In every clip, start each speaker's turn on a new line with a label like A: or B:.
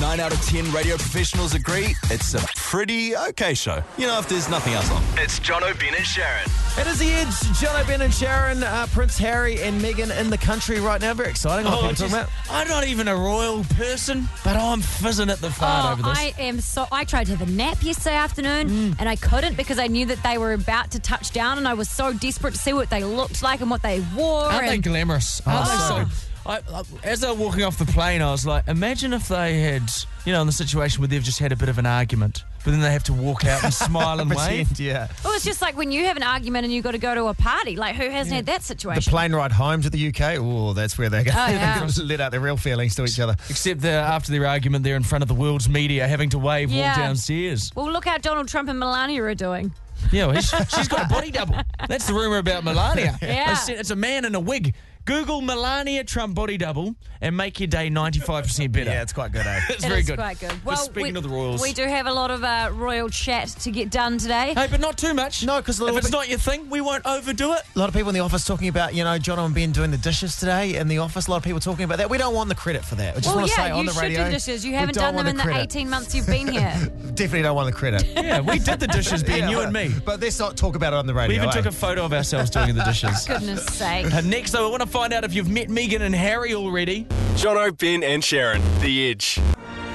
A: Nine out of ten radio professionals agree it's a pretty okay show. You know, if there's nothing else on.
B: It's John O'Brien and Sharon.
C: It is the Edge, John O'Brien and Sharon, uh, Prince Harry and Meghan in the country right now. Very exciting. I
D: Oh,
C: think we're talking
D: just-
C: about.
D: I'm not even a royal person, but I'm fizzing at the fart
E: Oh,
D: over this.
E: I am so. I tried to have a nap yesterday afternoon, and I couldn't because I knew that they were about to touch down, and I was so desperate to see what they looked like and what they wore.
D: Aren't they
E: and
D: glamorous?
C: Oh,
D: Aren't they so? I, I, as they were walking off the plane, I was like, imagine if they had, you know, in the situation where they've just had a bit of an argument, but then they have to walk out and smile and wave.
C: Pretend, yeah.
E: Well, it's just like when you have an argument and you've got to go to a party. Like, who hasn't had that situation?
C: The plane ride home to the UK. Oh, that's where they go.
E: Oh, yeah.
C: they let out their real feelings to each other.
D: Except that after their argument, they're in front of the world's media having to wave
E: Yeah.
D: walk downstairs.
E: well, look how Donald Trump and Melania are doing.
D: Yeah, well, she- she's got a body double. That's the rumor about Melania.
E: Yeah.
D: They said It's a man in a wig. Google Melania Trump body double and make your day 95% better.
C: Yeah, it's quite good, eh?
D: it's
E: It is
D: very good.
E: quite good.
D: But speaking
E: we,
D: of the royals.
E: we do have a lot of uh, royal chat to get done today.
D: Hey, but not too much.
C: No, 'cause
D: if
C: a little
D: it's
C: bit-
D: not your thing, we won't overdo it.
C: A lot of people in the office talking about, you know, John and Ben doing the dishes today in the office. A lot of people talking about that. We don't want the credit for that. I just
E: well,
C: want to
E: yeah,
C: say on
E: you
C: the
E: should
C: radio.
E: do dishes. You
C: we
E: haven't
C: don't
E: done them
C: want
E: in the
C: credit.
E: 18 months you've been here.
C: Definitely don't want the credit.
D: Yeah, we did the dishes, Ben,
C: Yeah,
D: you and me.
C: But let's not talk about it on the radio.
D: We even
C: eh?
D: took a photo of ourselves doing the dishes.
E: Goodness sake.
D: And next, though, I want to find out if you've met Megan and Harry already.
B: John O'Brien and Sharon. The Edge.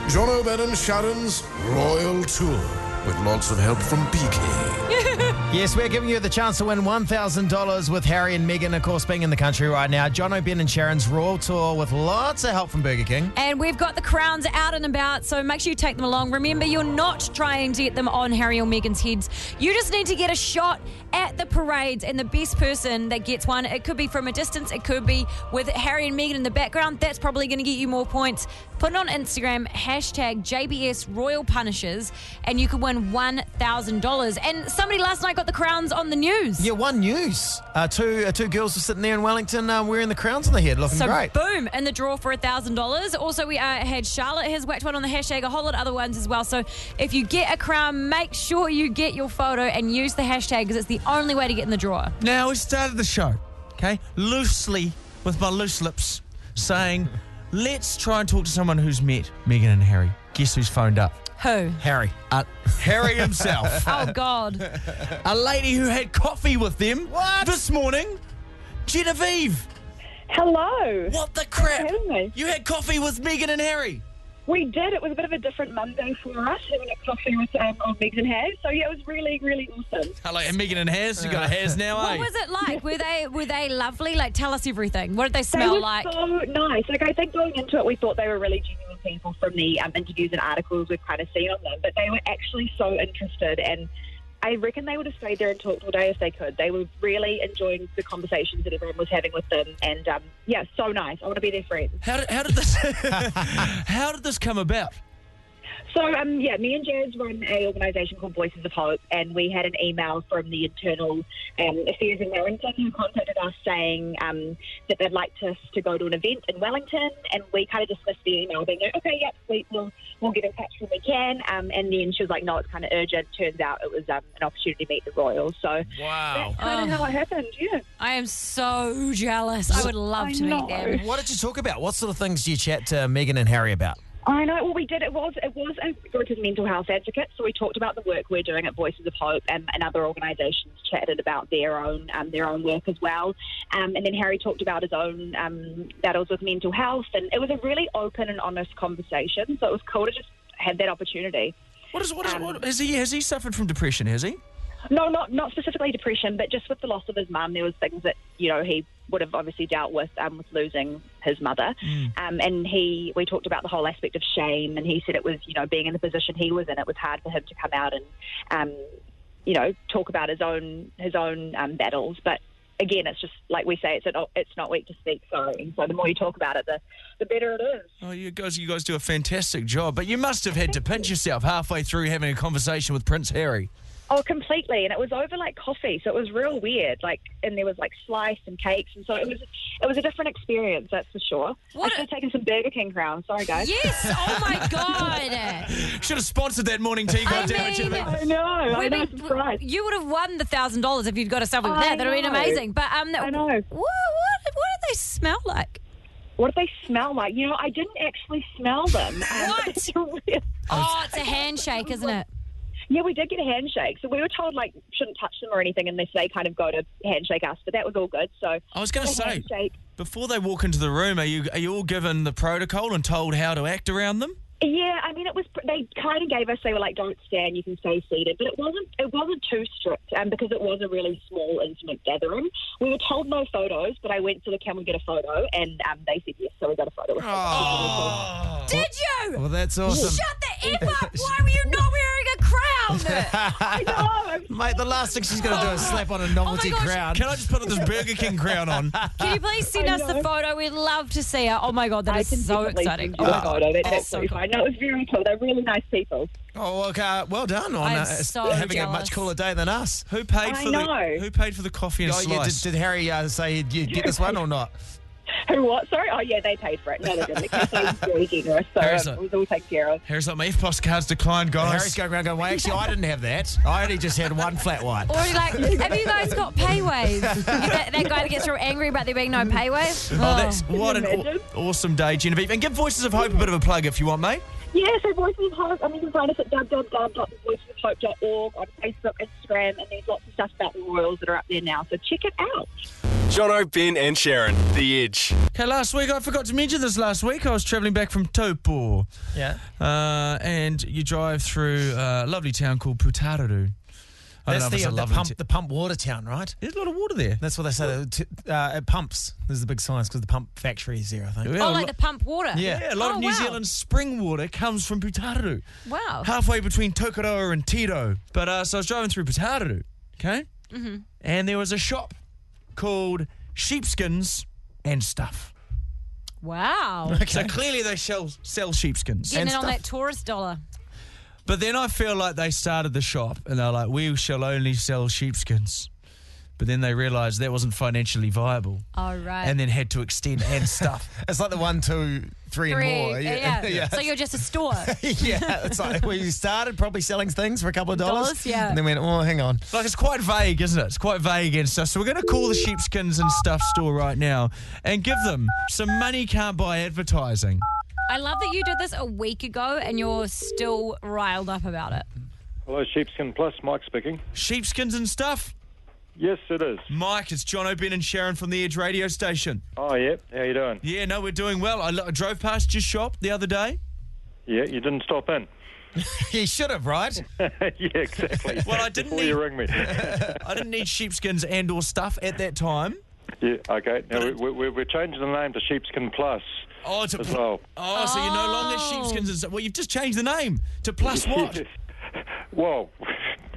F: John O'Brien and Sharon's Royal Tour with lots of help from PK.
C: Yes, we're giving you the chance to win $1,000 with Harry and Meghan, of course, being in the country right now. John O'Brien and Sharon's Royal Tour with lots of help from Burger King.
E: And we've got the crowns out and about, so make sure you take them along. Remember, you're not trying to get them on Harry or Meghan's heads. You just need to get a shot at the parades, and the best person that gets one, it could be from a distance, it could be with Harry and Meghan in the background. That's probably going to get you more points. Put it on Instagram, hashtag JBS Royal Punishers, and you could win $1,000. And somebody last night got the crowns on the news.
C: Yeah, one news. Uh, two uh, two girls were sitting there in Wellington um, wearing the crowns on the head, looking
E: So
C: great.
E: boom, in the draw for thousand dollars. Also, we uh, had Charlotte has whacked one on the hashtag, a whole lot of other ones as well. So if you get a crown, make sure you get your photo and use the hashtag because it's the only way to get in the draw.
D: Now, we started the show, okay, loosely, with my loose lips, saying, let's try and talk to someone who's met Megan and Harry. Guess who's phoned up?
E: Who?
C: Harry.
D: Uh, Harry himself.
E: Oh God!
D: a lady who had coffee with them
C: What?
D: this morning. Genevieve,
G: Hello.
D: what the crap?
G: Thanks for having me.
D: You had coffee with Megan and Harry.
G: We did. It was a bit of a different Monday for us, having a coffee with um, old Megs and Haz. So yeah, it was really, really awesome.
D: Hello, and Megan and Haz. You got a Haz now, eh?
E: What was it like? Were they were they lovely? Like, tell us everything. What did they
G: They
E: smell
G: were
E: like?
G: so nice. Like I think going into it, we thought they were really genuine people from the um, interviews and articles we've kind of seen on them, but they were actually so interested and. I reckon they would have stayed there and talked all day if they could. They were really enjoying the conversations that everyone was having with them, and um, yeah, so nice. I want to be their friend.
D: How did, how did this How did this come about?
G: So, um, yeah, me and Jazz run a organisation called Voices of Hope, and we had an email from the internal um, affairs in Wellington who contacted us saying um, that they'd like us to go to an event in Wellington, and we kind of dismissed the email, being like, okay, yep, sweet, we'll, we'll get in touch when we can. Um, and then she was like, no, it's kind of urgent. Turns out it was um, an opportunity to meet the Royals. So
D: Wow.
G: that's kind
E: Oh.
G: of how it happened, yeah.
E: I am so jealous. I would love
G: I
E: to meet
G: know.
E: them.
C: What did you talk about? What sort of things do you chat to Megan and Harry about?
G: I know. Well, we did. It was it was a group of mental health advocates. So we talked about the work we're doing at Voices of Hope, and, and other organisations chatted about their own um, their own work as well. Um, and then Harry talked about his own um, battles with mental health, and it was a really open and honest conversation. So it was cool to just have that opportunity.
D: What is what is what, has he has he suffered from depression? Has he?
G: No, not not specifically depression, but just with the loss of his mum, there was things that you know he would have obviously dealt with um, with losing his mother. Um, and he, we talked about the whole aspect of shame, and he said it was you know being in the position he was in, it was hard for him to come out and um, you know talk about his own his own um, battles, but. Again, it's just like we say, it's an, it's not weak to speak. So, so the more you talk about it, the, the better it is.
D: Oh, you guys, you guys do a fantastic job, but you must have had to pinch yourself halfway through having a conversation with Prince Harry.
G: Oh, completely. And it was over like coffee, so it was real weird. Like, and there was like slice and cakes, and so it was it was a different experience, that's for sure.
E: What
G: I should have taken some Burger King crowns. Sorry, guys.
E: Yes! Oh my God!
D: Should have sponsored that morning tea.
E: I
D: goddamn it, Genevieve.
E: mean,
G: I know. I know.
E: Women-
G: Surprised.
E: You would have won the thousand dollars if you'd got us something with
G: I
E: that. That would have been
G: know.
E: amazing. But um,
G: I know.
E: What, what what do they smell like?
G: what do they smell like? You know, I didn't actually smell them. Um,
E: What?
G: it's a real-
E: Oh, it's a handshake, isn't it?
G: yeah, we did get a handshake. So we were told, like, shouldn't touch them or anything unless they kind of go to handshake us, but that was all good. So
D: I was going
G: a
D: to say
G: handshake.
D: before they walk into the room, are you are you all given the protocol and told how to act around them?
G: Yeah, I mean, it was. pr- They kind of gave us. They were like, "Don't stand. You can stay seated." But it wasn't. It wasn't too strict, um, because it was a really small, intimate gathering. We were told no photos, but I went to the can we get a photo, and um, they said yes, so we got a photo. Oh.
E: Did you?
C: Well, that's awesome.
E: Shut the F up! Why were you not wearing a crown?
G: I know. I'm
C: Mate, the last thing she's going to do is slap on a novelty
E: Oh gosh.
C: crown.
D: Can I just put this Burger King crown on?
E: Can you please send
G: I
E: us the
G: know.
E: photo? We'd love to see her. Oh my god, that
G: I
E: is
G: can
E: so
G: definitely
E: exciting.
G: send you a photo. That's
E: oh, so
G: absolutely
E: cool.
G: fine. No, it was very cool. They're really nice people.
C: Oh, well, uh, well done on
E: I'm
C: uh,
E: so
C: having a
E: jealous.
C: much cooler day than us.
D: Who paid
G: I
D: for
G: know.
D: the Who paid for the coffee and
C: Oh, yeah, did,
D: slice?
C: did Harry uh, say you'd, you'd get this one or not?
G: Who? What? Sorry. Oh, yeah, they paid for it. No, they didn't. The cafe was very generous, so
D: Very so-
G: um, it was all taken care of.
D: Harry's like, my FPOS card's declined,
C: And
D: guys.
C: Harry's going around going, well, actually, I didn't have that. I only just had one flat white.
E: Or like, have you guys got pay wave? that, that guy that gets real angry about there being no pay wave.
D: Oh, that's what an
G: you
D: aw-
G: imagine?
D: awesome day, Genevieve. And give Voices of Hope a bit of a plug if you want, mate.
G: Yeah, so Voices of Hope, I mean, you can find us at www.voicesofhope.org on Facebook, Instagram, and there's lots of stuff about the Royals that are up there now, so check it out.
B: Jono, Ben, and Sharon, The Edge.
D: Okay, last week, I forgot to mention this last week. I was travelling back from Taupo.
C: Yeah.
D: Uh, and you drive through a lovely town called Putararu. I don't know
C: That's
D: if it's
C: the,
D: a
C: uh, the,
D: lovely
C: pump,
D: t-
C: the pump water town, right?
D: There's a lot of water there.
C: That's what they say. that it- Uh, it pumps. There's the big signs because the pump factory is there, I think.
D: Yeah,
E: Oh,
D: a
E: like
D: lo-
E: the pump water.
D: yeah, a lot
E: Oh,
D: of New
E: wow.
D: Zealand spring water comes from Putararu.
E: Wow.
D: halfway between Tokoroa and Tito. But uh, so I was driving through Pataru, okay? Mm-hmm. And there was a shop called Sheepskins and Stuff.
E: Wow.
D: So clearly they sell, sell sheepskins.
E: Getting in on that tourist dollar.
D: But then I feel like they started the shop and they're like, we shall only sell sheepskins. But then they realised that wasn't financially viable
E: All right.
D: and then had to extend and stuff.
C: It's like the one, two, three,
E: Three. uh,
C: and more.
E: Yeah.
C: yeah.
E: So you're just a store.
C: yeah, it's like we started probably selling things for a couple of dollars,
E: Dollars, yeah.
C: and then went, oh, hang on.
D: Like it's quite vague, isn't it? It's quite vague and stuff. So we're going to call the sheepskins and stuff store right now and give them some money can't buy advertising.
E: I love that you did this a week ago and you're still riled up about it.
H: Hello, Sheepskin Plus. Mike speaking.
D: Sheepskins and stuff.
H: Yes, it is.
D: Mike, it's John O'Ben and Sharon from the Edge Radio Station.
H: Oh, yeah. How you doing?
D: Yeah, no, we're doing well. I, lo- I drove past your shop the other day.
H: Yeah, you didn't stop in.
C: You should have, right?
H: yeah, exactly.
D: Well, I didn't
H: Before
D: need,
H: you ring me.
D: I didn't need sheepskins and or stuff at that time.
H: yeah, okay. Now, we, we, we're changing the name to Sheepskin Plus
D: Oh, to,
H: as well.
D: oh, so you're no longer
E: Oh.
D: sheepskins and stuff. Well, you've just changed the name to plus what?
H: Well,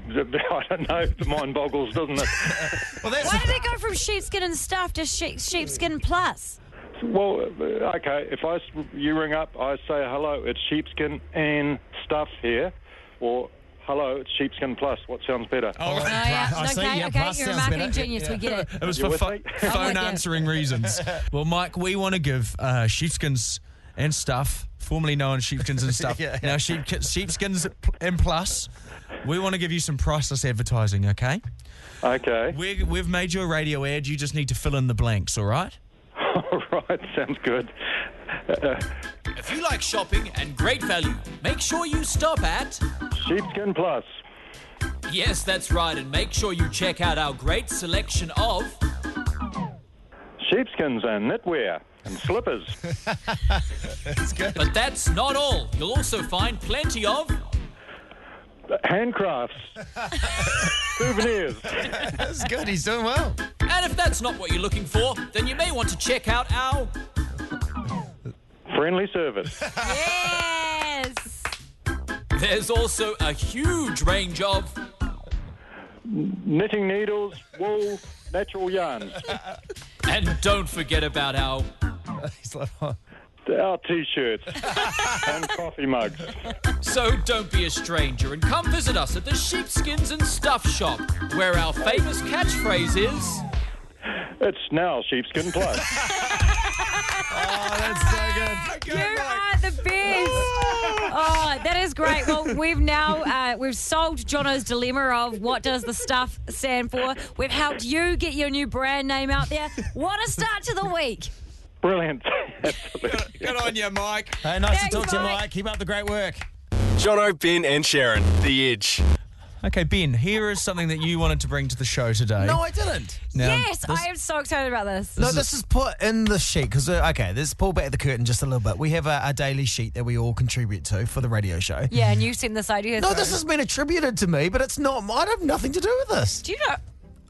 H: I don't know. The mind boggles, doesn't it?
C: Well, that's
E: Why did it go from sheepskin and stuff to she- sheepskin plus?
H: Well, uh, okay. If I s- you ring up, I say hello. It's sheepskin and stuff here, or hello. It's sheepskin plus. What sounds better?
D: Oh,
E: Oh,
D: right.
E: yeah.
C: I see.
E: okay,
C: Yeah,
E: okay.
C: plus
E: You're a
C: sounds
E: marketing
C: better.
E: genius. We get it.
D: It was
H: You
D: for
H: with
D: pho-
H: me?
D: phone
E: with you.
D: answering reasons. Well, Mike, we want to give uh, sheepskins and stuff, formerly known as sheepskins and stuff,
C: Yeah, yeah.
D: now sheep, sheepskins and plus. We want to give you some priceless advertising, okay?
H: Okay.
D: We're, we've made you a radio ad. You just need to fill in the blanks, all right?
H: All right. Sounds good. Uh,
I: If you like shopping and great value, make sure you stop at.
H: Sheepskin plus.
I: Yes, that's right, and make sure you check out our great selection of.
H: Sheepskins and knitwear and slippers.
I: But that's not all. You'll also find plenty of.
H: Handcrafts. Souvenirs.
C: that's good. He's doing well.
I: And if that's not what you're looking for, then you may want to check out our.
H: Friendly service.
E: Yes.
I: There's also a huge range of.
H: Knitting needles, wool, natural yarns.
I: And don't forget about our.
C: He's like, oh,
H: Our t-shirts and coffee mugs.
I: So don't be a stranger and come visit us at the Sheepskins and Stuff Shop, where our famous catchphrase is.
H: It's now Sheepskin Plus.
C: Oh, that's so good.
E: You are the best. Oh, that is great. Well, we've now uh, we've solved Jono's dilemma of what does the stuff stand for. We've helped you get your new brand name out there. What a start to the week!
H: Brilliant. Absolutely.
D: Good on you, Mike.
C: Hey, nice
E: Thanks,
C: to talk to you,
E: Mike.
C: Mike. Keep up the great work.
B: Jono, Ben, and Sharon, the edge.
D: Okay, Ben, here is something that you wanted to bring to the show today.
C: No, I didn't.
D: Now,
E: yes,
D: this-
E: I am so excited about this.
C: No, this is put in the sheet because okay, let's pull back the curtain just a little bit. We have a, a daily sheet that we all contribute to for the radio show.
E: Yeah, and you sent this idea.
C: No,
E: through.
C: this has been attributed to me, but it's not. I have nothing to do with this.
E: Do you know?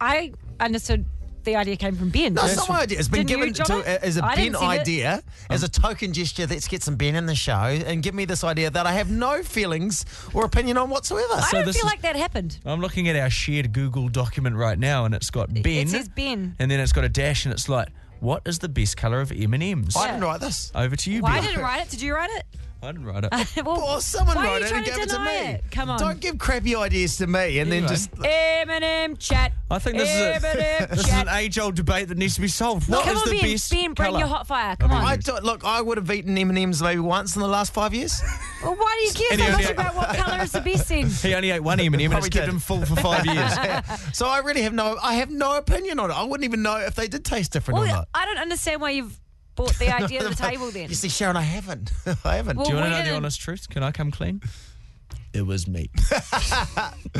E: I understood the idea came from Ben.
C: No, it's not my idea. It's been
E: Didn't you,
C: given to uh,
E: Jono?
C: as a
E: I didn't
C: Ben
E: send it. Um.
C: idea, as a token gesture. Let's get some Ben in the show and give me this idea that I have no feelings or opinion on whatsoever.
E: I don't
D: this
E: feel
D: is-
E: like that happened.
D: I'm looking at our shared Google document right now, and it's got Ben.
E: says Ben.
D: And then it's got a dash, and it's like, what is the best colour of M&Ms?
C: I didn't write this.
D: Over to you,
E: Why
D: Ben.
E: didn't write it? Did you write
D: I didn't write it.
E: it? well,
C: Or someone
E: why are
C: wrote
E: you
C: it
E: trying
C: and
E: to
C: gave it to
E: deny
C: me.
E: it? Come on.
C: Don't give crappy ideas to me and then
D: Anyway.
C: just.
E: Eminem chat.
D: I think this is a-
E: Eminem
D: This is
E: chat.
D: an age-old debate that needs to be solved. What
E: Come
D: is
E: on,
D: the
E: Ben.
D: best
E: ben, bring
D: colour?
E: your hot fire. Come
C: I
E: on.
C: don't, look, I would have eaten M and M's maybe once in the last five years.
E: Well, why do you care
D: Any
E: so much
D: idea?
E: about what colour is the best then?
D: He only ate one M&M, and it's
C: Probably
D: kept
C: did.
D: him full for five years.
C: so I really have no, I have no opinion on it. I wouldn't even know if they did taste different or
E: Well,
C: not.
E: I don't understand why you've brought the idea to the table then.
C: You see, Sharon, I haven't. I haven't.
E: Well,
D: Do you want
E: we
D: to know the
E: didn't-
D: honest truth? Can I come clean?
J: It was me.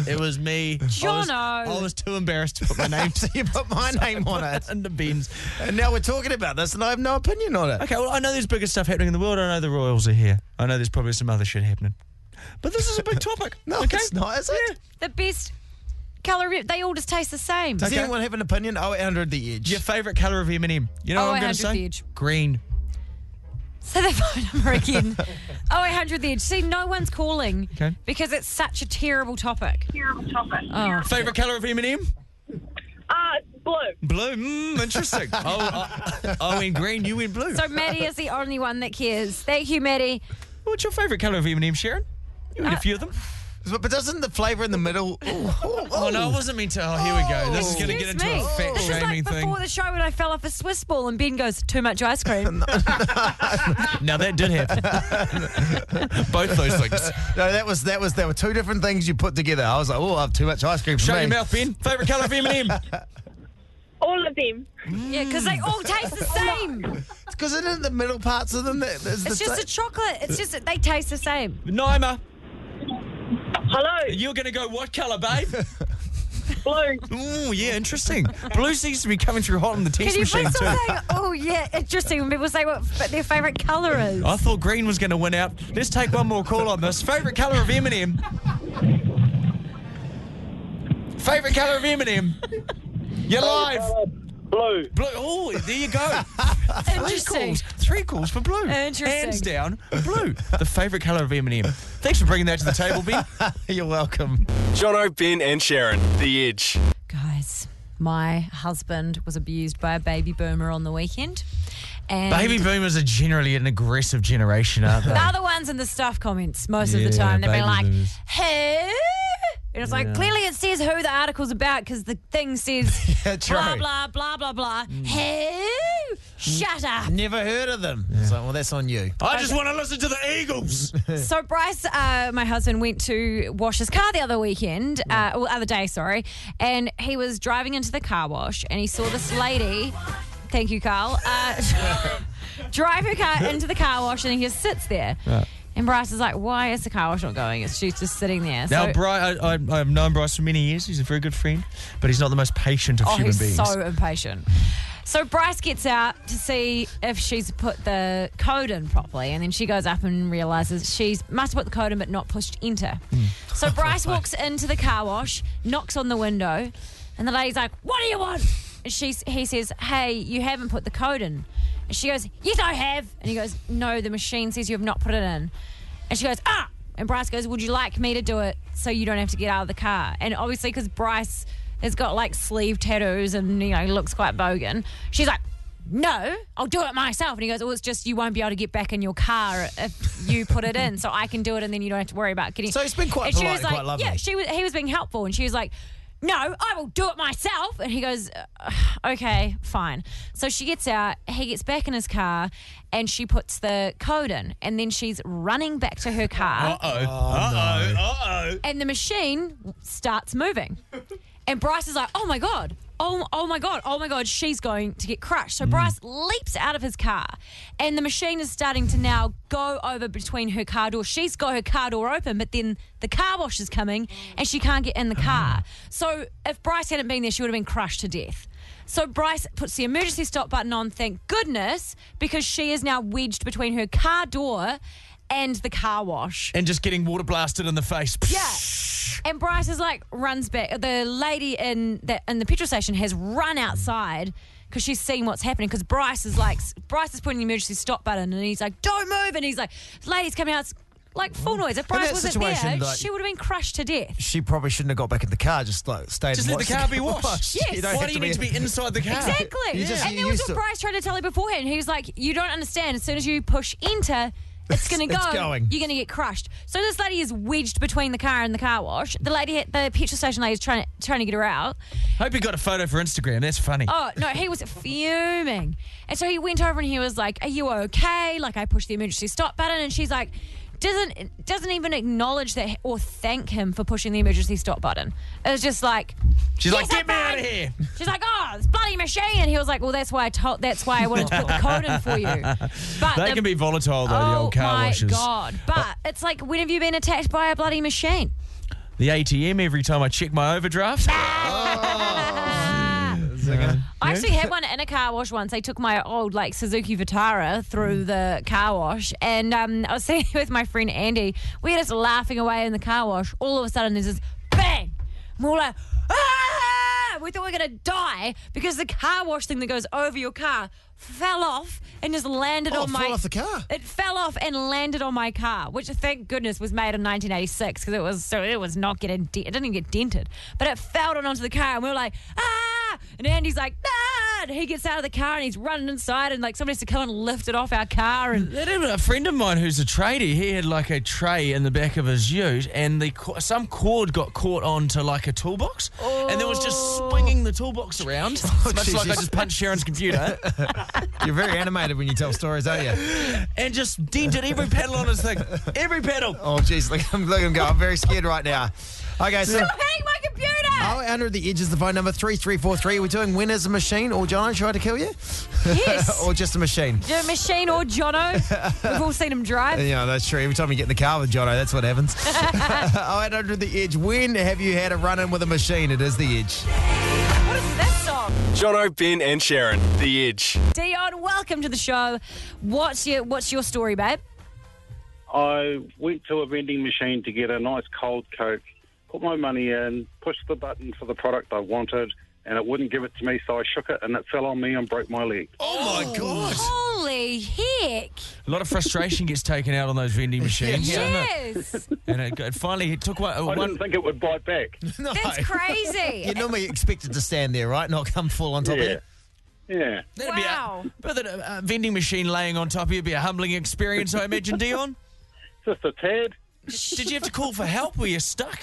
J: it was me. I
D: Oh,
J: was,
E: Jono.
J: I was too embarrassed to put my name
C: so you put my name on it,
D: And the Ben's.
C: and now we're talking about this, and I have no opinion on it.
D: Okay, well, I know there's bigger stuff happening in the world. I know the Royals are here. I know there's probably some other shit happening. But this is a big topic.
C: No,
D: okay?
C: it's not, is it?
E: The best colour, they all just taste the same.
C: Does anyone have an opinion? Oh, under the edge.
D: Your favourite colour of M&M? You know
E: Oh,
D: what I'm going
E: 100
D: to say?
E: the edge.
D: Green.
E: Say the phone number again. Oh, 0800 The Edge. See, no one's calling
D: Okay.
E: because it's such a terrible topic.
G: Terrible topic.
E: Oh.
D: Favourite colour of M&M?
G: Uh, blue.
D: Blue. Mm, interesting. oh, I, I went green. You went blue.
E: So Maddie is the only one that cares. Thank you, Maddie.
D: What's your favourite colour of M&M, Sharon? You had a few of them.
C: But, but doesn't the flavour in the middle? Oh, oh,
D: Oh, no, I wasn't meant to. Oh, here we go. This is going to
E: Excuse
D: get into
E: me.
D: a fat
E: this is
D: shaming
E: like
D: thing.
E: before the show when I fell off a Swiss ball and Ben goes, too much ice cream.
D: Now, that did happen. Both those things.
C: no, that was that was there were two different things you put together. I was like, oh, I have too much ice cream. for
D: Shut
C: me.
D: your mouth, Ben. Favourite colour of M&M?
G: All of them.
E: yeah, because they all taste the same.
C: Because it in the middle parts of them. That, that's
E: It's
C: the
E: just a chocolate. It's just that they taste the same.
D: Naima,
G: Hello,
D: you're going to go what colour, babe?
G: blue.
D: Ooh, yeah, interesting. Blue seems to be coming through hot on the
E: Can
D: text
E: you
D: machine
E: please
D: too.
E: stop saying, oh, yeah, interesting when people say what f- their favourite colour is?
D: I thought green was going to win out. Let's take one more call on this. Favorite color of Eminem. Favorite color of Eminem. You're
E: Oh,
D: live.
H: Blue.
D: Blue. Oh, there you go. Three
E: Interesting.
D: calls. Three calls for blue.
E: Interesting.
D: Hands down, blue. The favorite color of Eminem. Thanks for bringing that to the table, Ben.
C: You're welcome.
B: Jono, Ben, and Sharon, the edge.
E: Guys, my husband was abused by a baby boomer on the weekend. And
D: Baby boomers are generally an aggressive generation, aren't they?
E: the other ones in the stuff comments most of the
D: Yeah,
E: time. They've been
D: baby
E: like,
D: boomers.
E: who? And it's like, clearly it says who the article's about because the thing says
C: Yeah, true.
E: blah, blah, blah, blah, blah.
D: Mm.
E: Who? Shut up.
C: Never heard of them. It's like, well, that's on you.
D: I just want to listen to the Eagles.
E: So Bryce, uh, my husband, went to wash his car the other weekend, uh, well, other day, sorry, and he was driving into the car wash and he saw this lady. Thank you, Carl. Uh, drive her car into the car wash and he just sits there. And Bryce is like, "Why is the car wash not going? It's she's just sitting there."
D: Now,
E: So-
D: Bryce, I, I, I've known Bryce for many years. He's a very good friend, but he's not the most patient of
E: oh,
D: human
E: he's
D: beings.
E: so impatient. So Bryce gets out to see if she's put the code in properly, and then she goes up and realizes she's must have put the code in but not pushed enter.
D: Hmm.
E: So Bryce walks into the car wash, knocks on the window, and the lady's like, "What do you want?" And she's he says, "Hey, you haven't put the code in." And she goes, "Yes, I have." And he goes, "No, the machine says you have not put it in." And she goes, "Ah." And Bryce goes, "Would you like me to do it so you don't have to get out of the car?" And obviously, because Bryce has got like sleeve tattoos and you know looks quite bogan. She's like, "No, I'll do it myself." And he goes, "Well, it's just you won't be able to get back in your car if you put it in, so I can do it, and then you don't have to worry about getting."
C: So he's been quite
E: and she
C: polite
E: was
C: and
E: like,
C: quite lovely.
E: "Yeah, she was." He was being helpful, and she was like. No, I will do it myself. And he goes, "Ugh, okay, fine. So she gets out, he gets back in his car, and she puts the code in. And then she's running back to her car and the machine starts moving. And Bryce is like, oh my God, oh, oh my God, oh my God, she's going to get crushed. So Bryce leaps out of his car, and the machine is starting to now go over between her car door. She's got her car door open, but then the car wash is coming, and she can't get in the car. So if Bryce hadn't been there, she would have been crushed to death. So Bryce puts the emergency stop button on, thank goodness, because she is now wedged between her car door and the car wash.
D: And just getting water blasted in the face.
E: Yeah. And Bryce is like runs back. The lady in the in the petrol station has run outside because she's seen what's happening. Because Bryce is like Bryce is putting the emergency stop button, and he's like, "Don't move!" And he's like, "Lady's coming out." It's like full noise. If Bryce
C: that
E: wasn't
C: situation,
E: there,
C: like-
E: she would have been crushed to death.
C: She probably shouldn't have got back in the car. Just like stayed.
D: Just
C: and
D: let the
C: watched
D: car be washed.
E: Yes.
C: don't
D: Why
C: have
D: do you need to be inside the car?
E: Exactly.
C: You just-
E: and
C: you
E: that was
C: used
E: what
C: to-
E: Bryce tried to tell her beforehand. He was like, You don't understand. As soon as you push enter, it's going to go.
C: it's going.
E: You're going to get crushed. So this lady is wedged between the car and the car wash. The lady, at the petrol station lady, is trying to, trying to get her out.
D: Hope you got a photo for Instagram. That's funny.
E: Oh, no, he was fuming. And so he went over and he was like, Are you okay? Like, I pushed the emergency stop button. And she's like, doesn't doesn't even acknowledge that or thank him for pushing the emergency stop button. It was just like
D: She's like,
E: "Yes,
D: get me
E: I'm
D: out of
E: fine."
D: here.
E: She's like, oh, this bloody machine. And he was like, well, that's why I told, that's why I wanted to put the code in for you. But
D: They
E: the-
D: can be volatile though. the
E: oh
D: old car
E: my
D: washes.
E: god! But it's like, when have you been attacked by a bloody machine?
D: The ATM every time I check my overdraft.
E: I actually had one in a car wash once. They took my old like Suzuki Vitara
F: Mm.
E: through the car wash, and um, I was sitting with my friend Andy. We were just laughing away in the car wash. All of a sudden, there's this bang. And we're all like, ah! We thought we were gonna die because the car wash thing that goes over your car fell off and just landed
F: Oh,
E: on
F: it
E: my
F: fell off the car?
E: It fell off and landed on my car, which thank goodness was made in 1986 because it was so it was not getting de- it didn't get dented, but it fell down onto the car and we were like ah, and Andy's like ah, and he gets out of the car and he's running inside and like somebody has to come and lift it off our car and
D: That is- A friend of mine who's a tradie, he had like a tray in the back of his ute, and the co- some cord got caught onto like a toolbox, and there was just swinging the toolbox around, much like I
C: Jesus.
D: just punched Sharon's computer,
C: You're very animated when you tell stories, aren't you?
D: and just dented every pedal on his thing, every pedal.
C: Oh, jeez, look, I'm- look at him go. I'm very scared right now. Okay, so.
E: I'm hitting my computer.
C: Our under Oh, the edge is the phone number 3343. We're doing When is a Machine or John Try to Kill You?
E: Yes.
C: or Just a Machine?
E: The machine or Jono, we've all seen him drive.
C: Yeah, that's true. Every time you get in the car with Jono, that's what happens. oh, and under the edge. When have you had a run in with a machine? It is the edge.
E: What is that song?
B: Jono, Ben, and Sharon, The Edge.
E: Dion, welcome to the show. What's your What's your story, babe?
H: I went to a vending machine to get a nice cold Coke, put my money in, pushed the button for the product I wanted, and it wouldn't give it to me, so I shook it and it fell on me and broke my leg.
D: Oh my god!
E: Holy heck!
D: A lot of frustration gets taken out on those vending machines, doesn't it?
E: Yes,
D: and it, it finally it took one. uh,
H: I didn't
D: one
H: think it would bite back.
E: that's crazy.
C: You're normally expected to stand there, right? Not come full on top of
H: Yeah.
C: you.
H: Yeah.
D: that'd be a-
E: Wow.
D: but that, uh, vending machine laying on top of you would be a humbling experience, I imagine, Dion.
H: Just a tad.
D: Did you have to call for help? Were you stuck?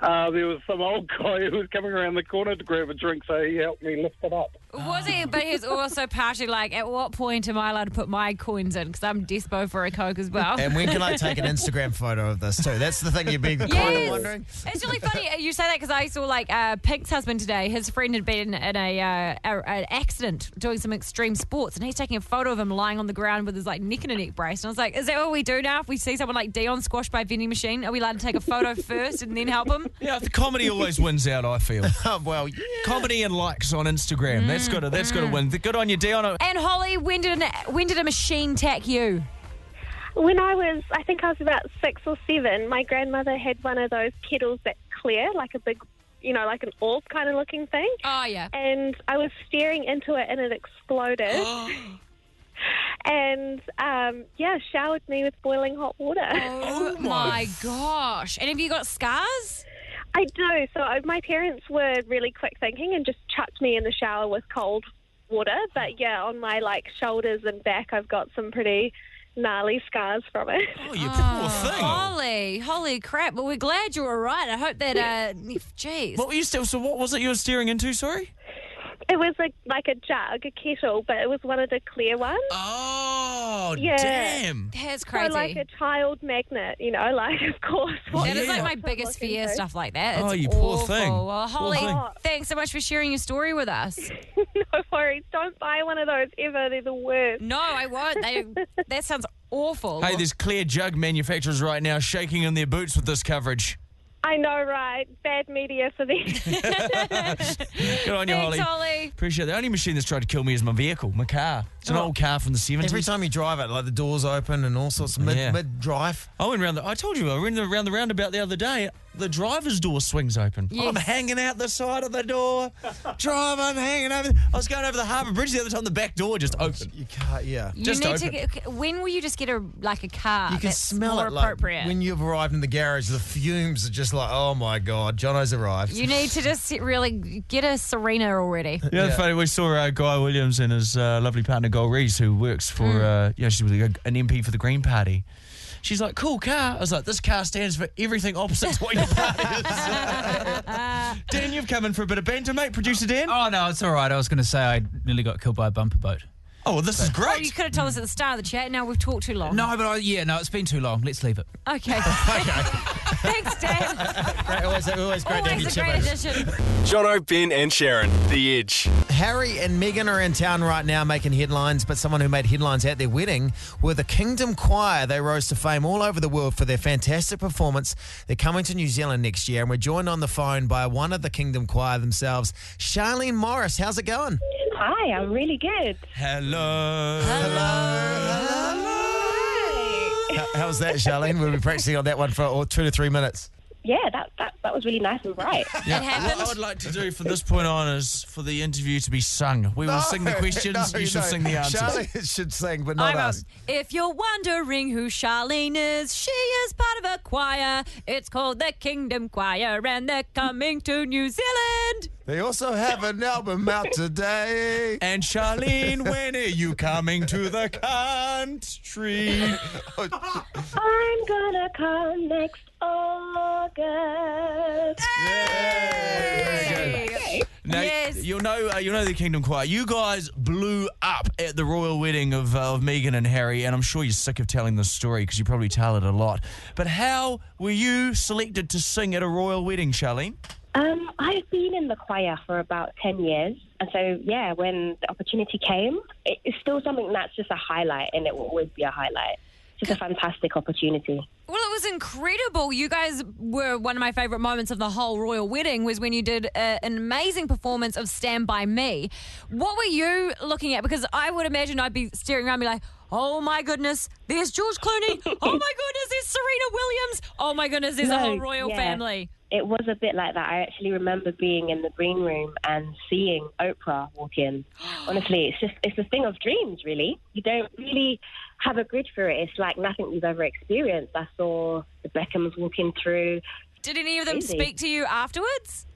H: Uh, there was some old guy who was coming around the corner to grab a drink, so he helped me lift it up.
E: Was he? But he's also partially like, at what point am I allowed to put my coins in? Because I'm despo for a Coke as well.
C: And when can I take an Instagram photo of this, too? That's the thing you'd be kind of wondering.
E: Yes. It's really funny uh, you say that because I saw like uh, Pink's husband today. His friend had been in a, uh, a an accident doing some extreme sports, and he's taking a photo of him lying on the ground with his like neck and a neck brace. And I was like, is that what we do now? If we see someone like Dion squashed by a vending machine, are we allowed to take a photo first and then help him?
D: Yeah, the comedy always wins out. I feel
C: Oh, well, yeah.
D: comedy and likes on Instagram. That's got to that's got to win. Good on you, Dion. Oh,
E: And Holly, when did an, when did a machine tack you?
K: When I was, I think I was about six or seven, my grandmother had one of those kettles that's clear, like a big, you know, like an orb kind of looking thing.
E: Oh yeah.
K: And I was staring into it and it exploded. and um, yeah, showered me with boiling hot water.
E: Oh, my gosh. And have you got scars?
K: I do. So I- my parents were really quick thinking and just chucked me in the shower with cold water. But yeah, on my like shoulders and back, I've got some pretty gnarly scars from it.
D: Oh, you poor thing.
E: Holy, holy crap. Well, we're glad you're all right. I hope that, uh, jeez.
D: What were you still? So what was it you were steering into? Sorry.
K: It was a, like a jug, a kettle, but it was one of the clear ones.
D: Oh, God
K: yeah.
D: damn.
E: That's
K: So
E: crazy.
K: like a child magnet, you know, like of course.
E: That is like my biggest fear, stuff like that.
D: Oh,
E: It's
D: you poor
E: awful.
D: thing.
E: Well,
D: Poor
E: Holly,
D: thing.
E: thanks so much for sharing your story with us.
K: no worries. Don't buy one of those ever. They're the worst.
E: No, I won't. They, that sounds awful.
D: Hey, there's clear jug manufacturers right now shaking in their boots with this coverage.
K: I know, right? Bad media for them.
D: Good on you,
E: Thanks,
D: Holly.
E: Holly.
D: Appreciate it. The only machine that's tried to kill me is my vehicle, my car. It's an
C: Oh.
D: old car from the 70s.
C: Every time you drive it, like the doors open and all sorts of mid,
D: Yeah.
C: mid drive.
D: I went round the. I told you I went around the roundabout the other day. The driver's door swings open.
E: Yes.
D: I'm hanging out the side of the door. Drive. I'm hanging over. I was going over the harbour bridge the other time. The back door just opened.
C: You can't, yeah.
E: You
D: Just
E: need
D: open.
E: to. Get, when will you just get a like a car?
C: You can
E: that's
C: smell
E: more
C: it like
E: appropriate.
C: when you've arrived in the garage. The fumes are just like, oh my god, Jono's arrived.
E: you need to just sit- really get a Serena already.
D: The other funny, we saw uh, Guy Williams and his uh, lovely partner Goal Rees, who works for uh, yeah, she's like a- an MP for the Green Party. She's like, cool car. I was like, this car stands for everything opposite to what your party is. Dan, you've come in for a bit of banter, mate. Producer Dan.
L: Oh no, it's all right. I was going to say I nearly got killed by a bumper boat.
D: Oh, well, this is
E: Oh, you
D: great.
E: could have told us at the start of the chat. Now we've talked too long.
L: No, but I, yeah, no, it's been too long. Let's leave it.
E: Okay. Thanks, Dan.
C: Great, always, always great to have you,
E: Always a great
C: Chippo.
E: addition.
B: Jono, Ben, and Sharon, The Edge.
C: Harry and Meghan are in town right now making headlines, but someone who made headlines at their wedding were the Kingdom Choir. They rose to fame all over the world for their fantastic performance. They're coming to New Zealand next year, and we're joined on the phone by one of the Kingdom Choir themselves, Charlene Morris. How's it going?
M: Hi, I'm really good.
D: Hello.
C: How, how's that, Charlene? We'll be practicing on that one for oh, two to three minutes.
M: Yeah, that, that that was really nice and bright.
D: Yeah. What I would like to do from this point on is for the interview to be sung. We will sing the questions,
C: Oh, no,
D: you shall
C: no.
D: sing the answers.
C: Charlene should sing, but not
E: I'm out.
C: us.
E: If you're wondering who Charlene is, she is part of a choir. It's called the Kingdom Choir, and they're coming to New Zealand.
C: They also have an album out today.
D: And Charlene, when are you coming to the country?
C: Oh,
M: I'm gonna come next August.
E: Yay.
D: Now,
E: Yes.
D: You'll know, uh, you'll know the Kingdom Choir. You guys blew up at the royal wedding of, uh, of Meghan and Harry, and I'm sure you're sick of telling this story because you probably tell it a lot. But how were you selected to sing at a royal wedding, Charlene?
M: Um, I've been in the choir for about ten years, and so yeah, when the opportunity came, it, it's still something that's just a highlight, and it will always be a highlight. It's just a fantastic opportunity.
E: Well, it was incredible. You guys were one of my favorite moments of the whole royal wedding was when you did uh an amazing performance of Stand By Me. What were you looking at? Because I would imagine I'd be staring around, be like, oh my goodness, there's George Clooney. oh my goodness, there's Serena Williams. Oh my goodness, there's a
M: No,
E: whole royal
M: yeah.
E: family.
M: It was a bit like that. I actually remember being in the green room and seeing Oprah walk in. Honestly, it's just it's a thing of dreams, really. You don't really have a grid for it. It's like nothing you've ever experienced. I saw the Beckhams walking through,
E: Did any of them
M: Crazy.
E: speak to you afterwards?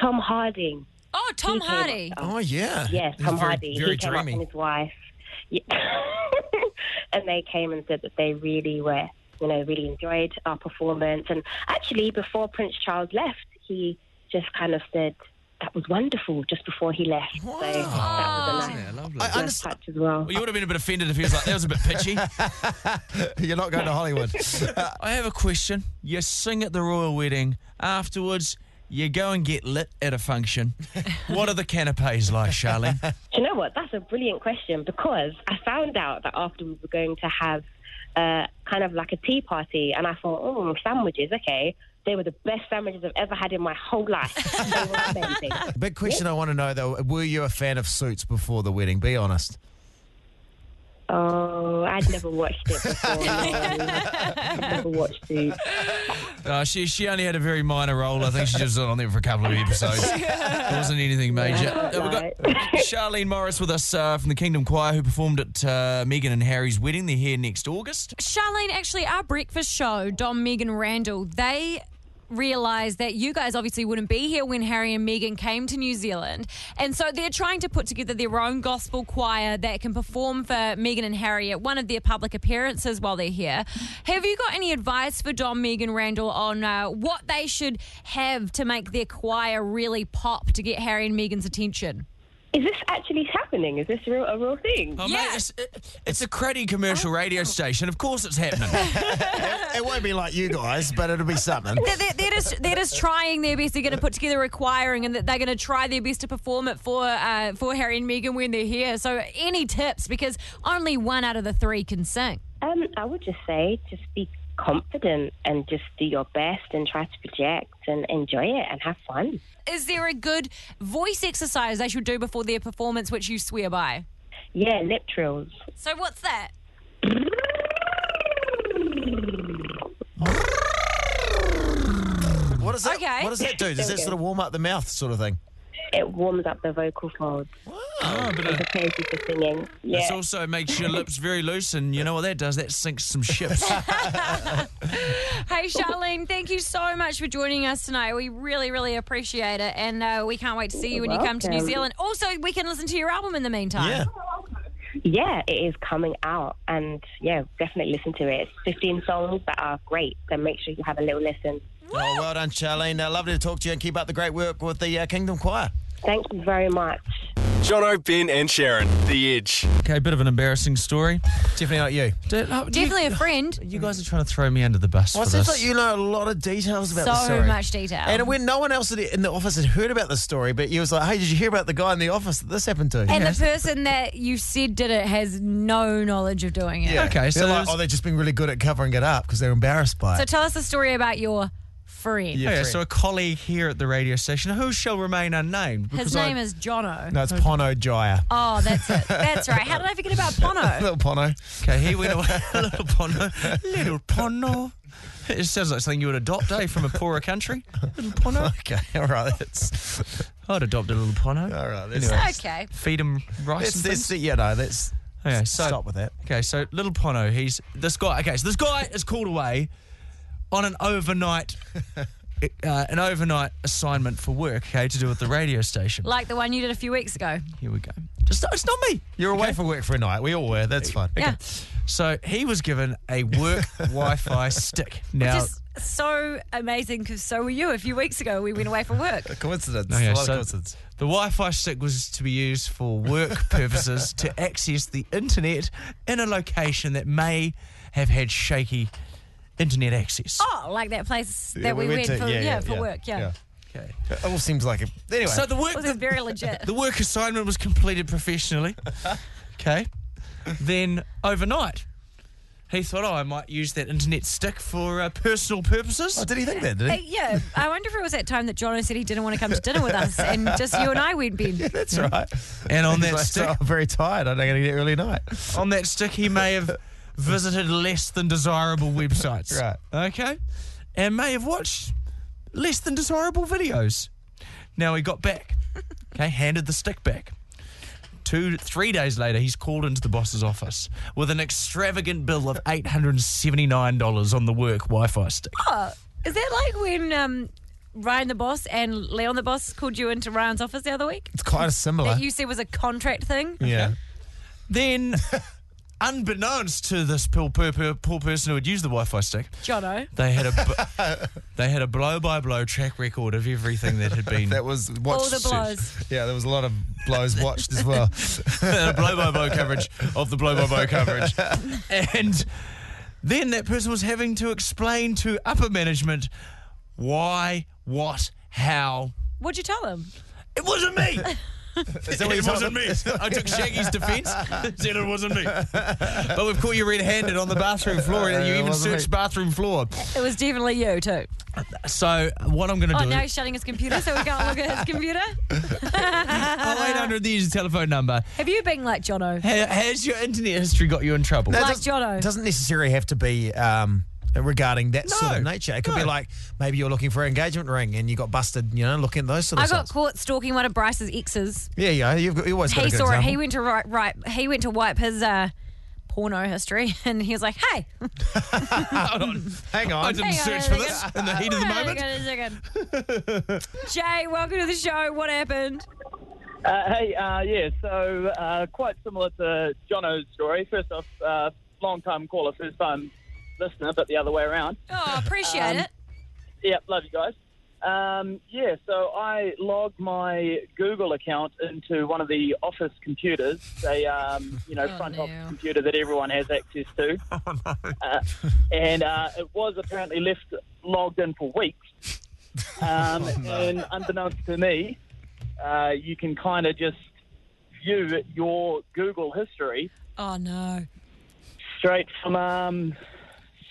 M: Tom Harding.
E: Oh,
M: He
E: Tom
M: came
E: Hardy.
M: up-
C: Oh, yeah.
M: Yes,
C: He's
M: Tom
C: very-
M: Hardy.
C: very
M: he came up
C: dreamy.
M: and his wife. Yeah. and they came and said that they really were, you know, really enjoyed our performance. And actually, before Prince Charles left, he just kind of said that was wonderful just before he left. So that was a nice,
D: Yeah, lovely.
C: I
M: nice
C: understand.
M: touch as well.
D: Well, you would have been a bit offended if he was like, that was a bit pitchy.
C: You're not going to Hollywood. Uh,
D: I have a question. You sing at the royal wedding. Afterwards, you go and get lit at a function. what are the canapes like, Charlene?
M: Do you know what? That's a brilliant question because I found out that after we were going to have uh, kind of like a tea party, and I thought, oh, sandwiches, okay. They were the best sandwiches I've ever had in my whole life. They were amazing.
C: Big question I want to know though: Were you a fan of Suits before the wedding? Be honest.
M: Oh, I'd never watched it before. no. I'd never watched it.
D: Uh, she she only had a very minor role. I think she just was on there for a couple of episodes. It wasn't anything major. Uh, we've got Charlene Morris with us uh, from the Kingdom Choir, who performed at uh, Megan and Harry's wedding. They're here next August.
E: Charlene, actually, our breakfast show, Dom, Megan, Randall, they realised that you guys obviously wouldn't be here when Harry and Megan came to New Zealand. And so they're trying to put together their own gospel choir that can perform for Megan and Harry at one of their public appearances while they're here. Have you got any advice for Dom, Megan, Randall on uh, what they should have to make their choir really pop to get Harry and Megan's attention?
M: is this actually happening? Is this real, a real thing?
D: Oh, mate, it's, it- it's a cruddy
C: Oh.
D: commercial radio station. Of course it's happening.
C: it won't be like you guys, but it'll be something.
E: They're, they're, they're just they're just trying their best. They're going to put together requiring, and that they're going to try their best to perform it for uh, for Harry and Meghan when they're here. So any tips? Because only one out of the three can sing.
M: Um, I would just say just be confident and just do your best and try to project and enjoy it and have fun.
E: Is there a good voice exercise they should do before their performance, which you swear by?
M: Yeah, lip trills.
E: So what's that?
C: What does that?
E: Okay.
C: What does that do? Does that
M: Okay.
C: sort of warm up the mouth, sort of thing?
M: It warms up the vocal folds.
D: Oh, but
M: It
E: uh,
D: it,
M: prepares you for singing. Yeah.
D: it's also makes your lips very loose, and you know what that does? That sinks some ships.
E: Hey, Charlene, thank you so much for joining us tonight. We really, really appreciate it, and uh, we can't wait to see you when you come to New
M: welcome.
E: Zealand. Also, we can listen to your album in the meantime.
M: yeah, it is coming out. And yeah, definitely listen to it. It's 15 songs that are great. So make sure you have a little listen.
C: Oh, well done, Charlene. Uh, lovely to talk to you and keep up the great work with the uh, Kingdom Choir.
M: Thank you very much.
B: Jono, Ben, and Sharon, The Edge.
D: okay, bit of an embarrassing story. uh,
C: Definitely not you.
E: Definitely a friend.
D: You guys are trying to throw me under the bus
C: Well, it
D: for
C: seems
D: this.
C: like you know a lot of details about
E: so
C: the story.
E: much detail.
C: And when no one else in the office had heard about this story, but you was like, hey, did you hear about the guy in the office that this happened to?
E: And the person that you said did it has no knowledge of doing it.
C: Yeah.
D: Okay, so
C: They're
D: there
C: like,
D: was-
C: oh, they've just been really good at covering it up because they're embarrassed by it.
E: So tell us the story about your friend.
D: yeah, so a colleague here at the radio station who shall remain unnamed.
E: His
D: because I-
E: name is Jono.
C: no, it's Pono Jaya.
E: Oh, that's it. That's right. How did I forget about Pono?
C: Little Pono.
D: Okay, he went away. little Pono. Little Pono. It sounds like something you would adopt, eh, from a poorer country. Little Pono.
C: Okay, all right. That's,
D: I'd adopt a little Pono.
C: all right. That's,
D: Anyway,
E: Okay.
D: feed him rice
C: that's,
D: and
C: that's,
D: things.
C: yeah, no, that's,
D: Okay, so,
C: stop with that.
D: Okay, so little Pono, he's this guy. Okay, so this guy is called away on an overnight, uh, an overnight assignment for work. Okay, to do with the radio station.
E: Like the one you did a few weeks ago.
D: Here we go. Just, it's not me.
C: You're away from work for a night. We all were. That's fine.
E: Yeah.
D: So he was given a work Wi-Fi stick. Now,
E: Which is so amazing because so were you a few weeks ago. We went away from work.
C: Coincidence.
D: Okay,
C: a lot
D: Oh, so
C: of coincidence.
D: The Wi-Fi stick was to be used for work purposes to access the internet in a location that may have had shaky internet access.
E: Oh, like that place that
C: Yeah,
E: we, went, for, yeah, for work. Yeah.
D: Okay.
C: It all seems like it. Anyway.
D: So the work
E: It was very legit.
D: The work assignment was completed professionally. Okay. Then overnight, he thought, oh, I might use that internet stick for uh, personal
C: oh,
D: purposes.
C: did he think that, did
E: Uh,
C: he?
E: yeah, I wonder if it was that time that Jono said he didn't want to come to dinner with us and just you and I went, Ben.
C: That's right.
D: Mm. And on
C: He's
D: that
C: like,
D: stick,
C: "So I'm very tired. I'm not going to get early night.
D: on that stick, he may have visited less than desirable websites.
C: Right.
D: Okay. And may have watched less than desirable videos. Now he got back. Okay, handed the stick back. Two, three days later, he's called into the boss's office with an extravagant bill of eight hundred and seventy-nine dollars on the work Wi-Fi stick.
E: Oh, is that like when um, Ryan the boss and Leon the boss called you into Ryan's office the other week?
C: It's kind of similar.
E: That you said was a contract thing?
C: yeah.
D: Then, unbeknownst to this poor, poor, poor, poor person who had used the Wi-Fi stick,
E: Jono.
D: they had a b- they had a blow-by-blow track record of everything that had been
C: That was watched.
E: All the blows.
C: Yeah, there was a lot of blows watched as well.
D: uh, blow by blow coverage of the blow by blow coverage. And then that person was having to explain to upper management why, what, how.
E: What'd you tell him?
D: It wasn't me. it
C: told
D: wasn't me. I took Shaggy's defence. Said it wasn't me. But we've caught you red-handed on the bathroom floor, and you
C: Uh, It
D: even
C: wasn't me.
D: searched bathroom floor.
E: It was definitely you, too.
D: So what I'm going to
E: Oh,
D: do?
E: now he's shutting his computer so we can't look at his computer.
D: Oh, 800 the user telephone number.
E: Have you been like Jono?
D: Ha- Has your internet history got you in trouble?
E: Like Jono.
C: It doesn't necessarily have to be um, regarding that sort of
D: No,
C: nature. It could be
D: no.
C: like maybe you're looking for an engagement ring and you got busted, you know, looking at those sort of
E: I got
C: sites.
E: caught stalking one of Bryce's exes.
C: Yeah, yeah. You've got, you always got
E: he
C: a good
E: saw it.
C: example.
E: He went to right, right. He went to wipe his uh, porno history, and he was like, "Hey,
C: Hang
D: I
C: on.
D: didn't
E: hang on
D: search
E: a second.
D: for this in the heat of the
E: Hang on
D: moment.
E: a second. Jay, welcome to the show. What happened?
N: Uh, hey, uh, yeah, so uh, quite similar to Jono's story. First off, uh, long time caller, first time listener, but the other way around.
E: Oh, appreciate
N: Um,
E: it.
N: Yeah, love you guys. Um, yeah, so I logged my Google account into one of the office computers, a um, you know
O: Oh,
N: front
O: no. Oh,
N: office computer that everyone has access to, uh, and uh, it was apparently left logged in for weeks. Um,
O: Oh,
N: And unbeknownst to me, uh, you can kind of just view your Google history
E: Oh no.
N: straight from um,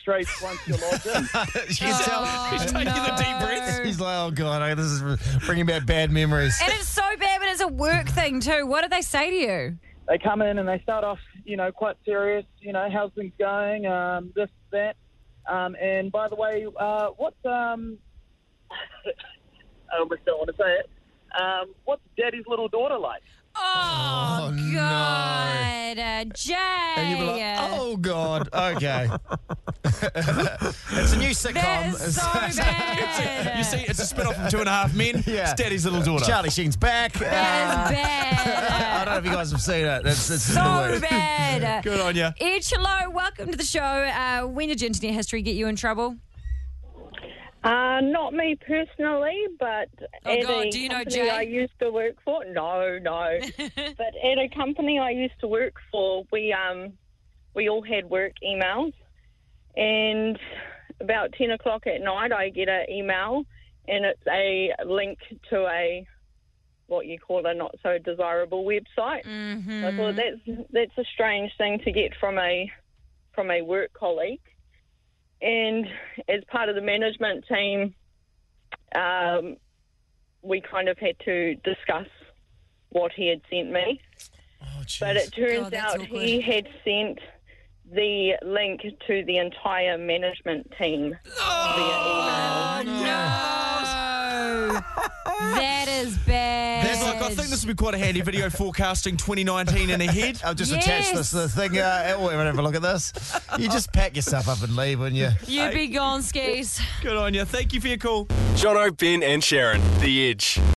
N: straight once you're logged in.
C: She's,
E: Oh,
C: she's taking
E: no.
C: a deep breath. She's like, oh god, I- this is bringing back bad memories.
E: And it's so bad when it's a work thing too. What do they say to you?
N: they come in and they start off, you know, quite serious. You know, how's things going? Um, this, that. Um, and by the way, uh, what? Um, I almost don't want to say it. Um, what's Daddy's little daughter like?
E: Oh, God, uh, Jay.
C: And you'd be like, oh god, okay. it's a new sitcom.
E: is so bad.
D: You see, it's a spin off from Two and a Half Men.
C: Yeah.
D: It's Daddy's Little Daughter.
C: Charlie Sheen's back.
E: That is
C: Uh, I
E: bad.
C: don't know if you guys have seen it. That's, that's
E: So bad.
C: Good on you.
E: Edge, hello. Welcome to the show. Uh, when did internet history get you in trouble?
P: Uh, not me personally, but
E: Oh,
P: at
E: God,
P: a
E: do you know
P: company
E: Jay?
P: I used to work for. No, no. but at a company I used to work for, we um we all had work emails, and about ten o'clock at night, I get an email, and it's a link to a what you call a not so desirable website.
E: Mm-hmm.
P: I thought that's that's a strange thing to get from a from a work colleague. And as part of the management team, um, we kind of had to discuss what he had sent me. but it turns
D: Oh,
E: God, that's
P: out he had sent the link to the entire management team via email.
E: Oh, No. that is bad.
D: That's like, I think this would be quite a handy video forecasting 2019 and ahead.
C: I've Oh, just attached this to the thing. Uh, oh, everyone have a look at this. You just pack yourself up and leave, wouldn't you?
E: You'd be gone, skis.
D: Good on you. Thank you for your call.
B: Jono, Ben, and Sharon, The Edge.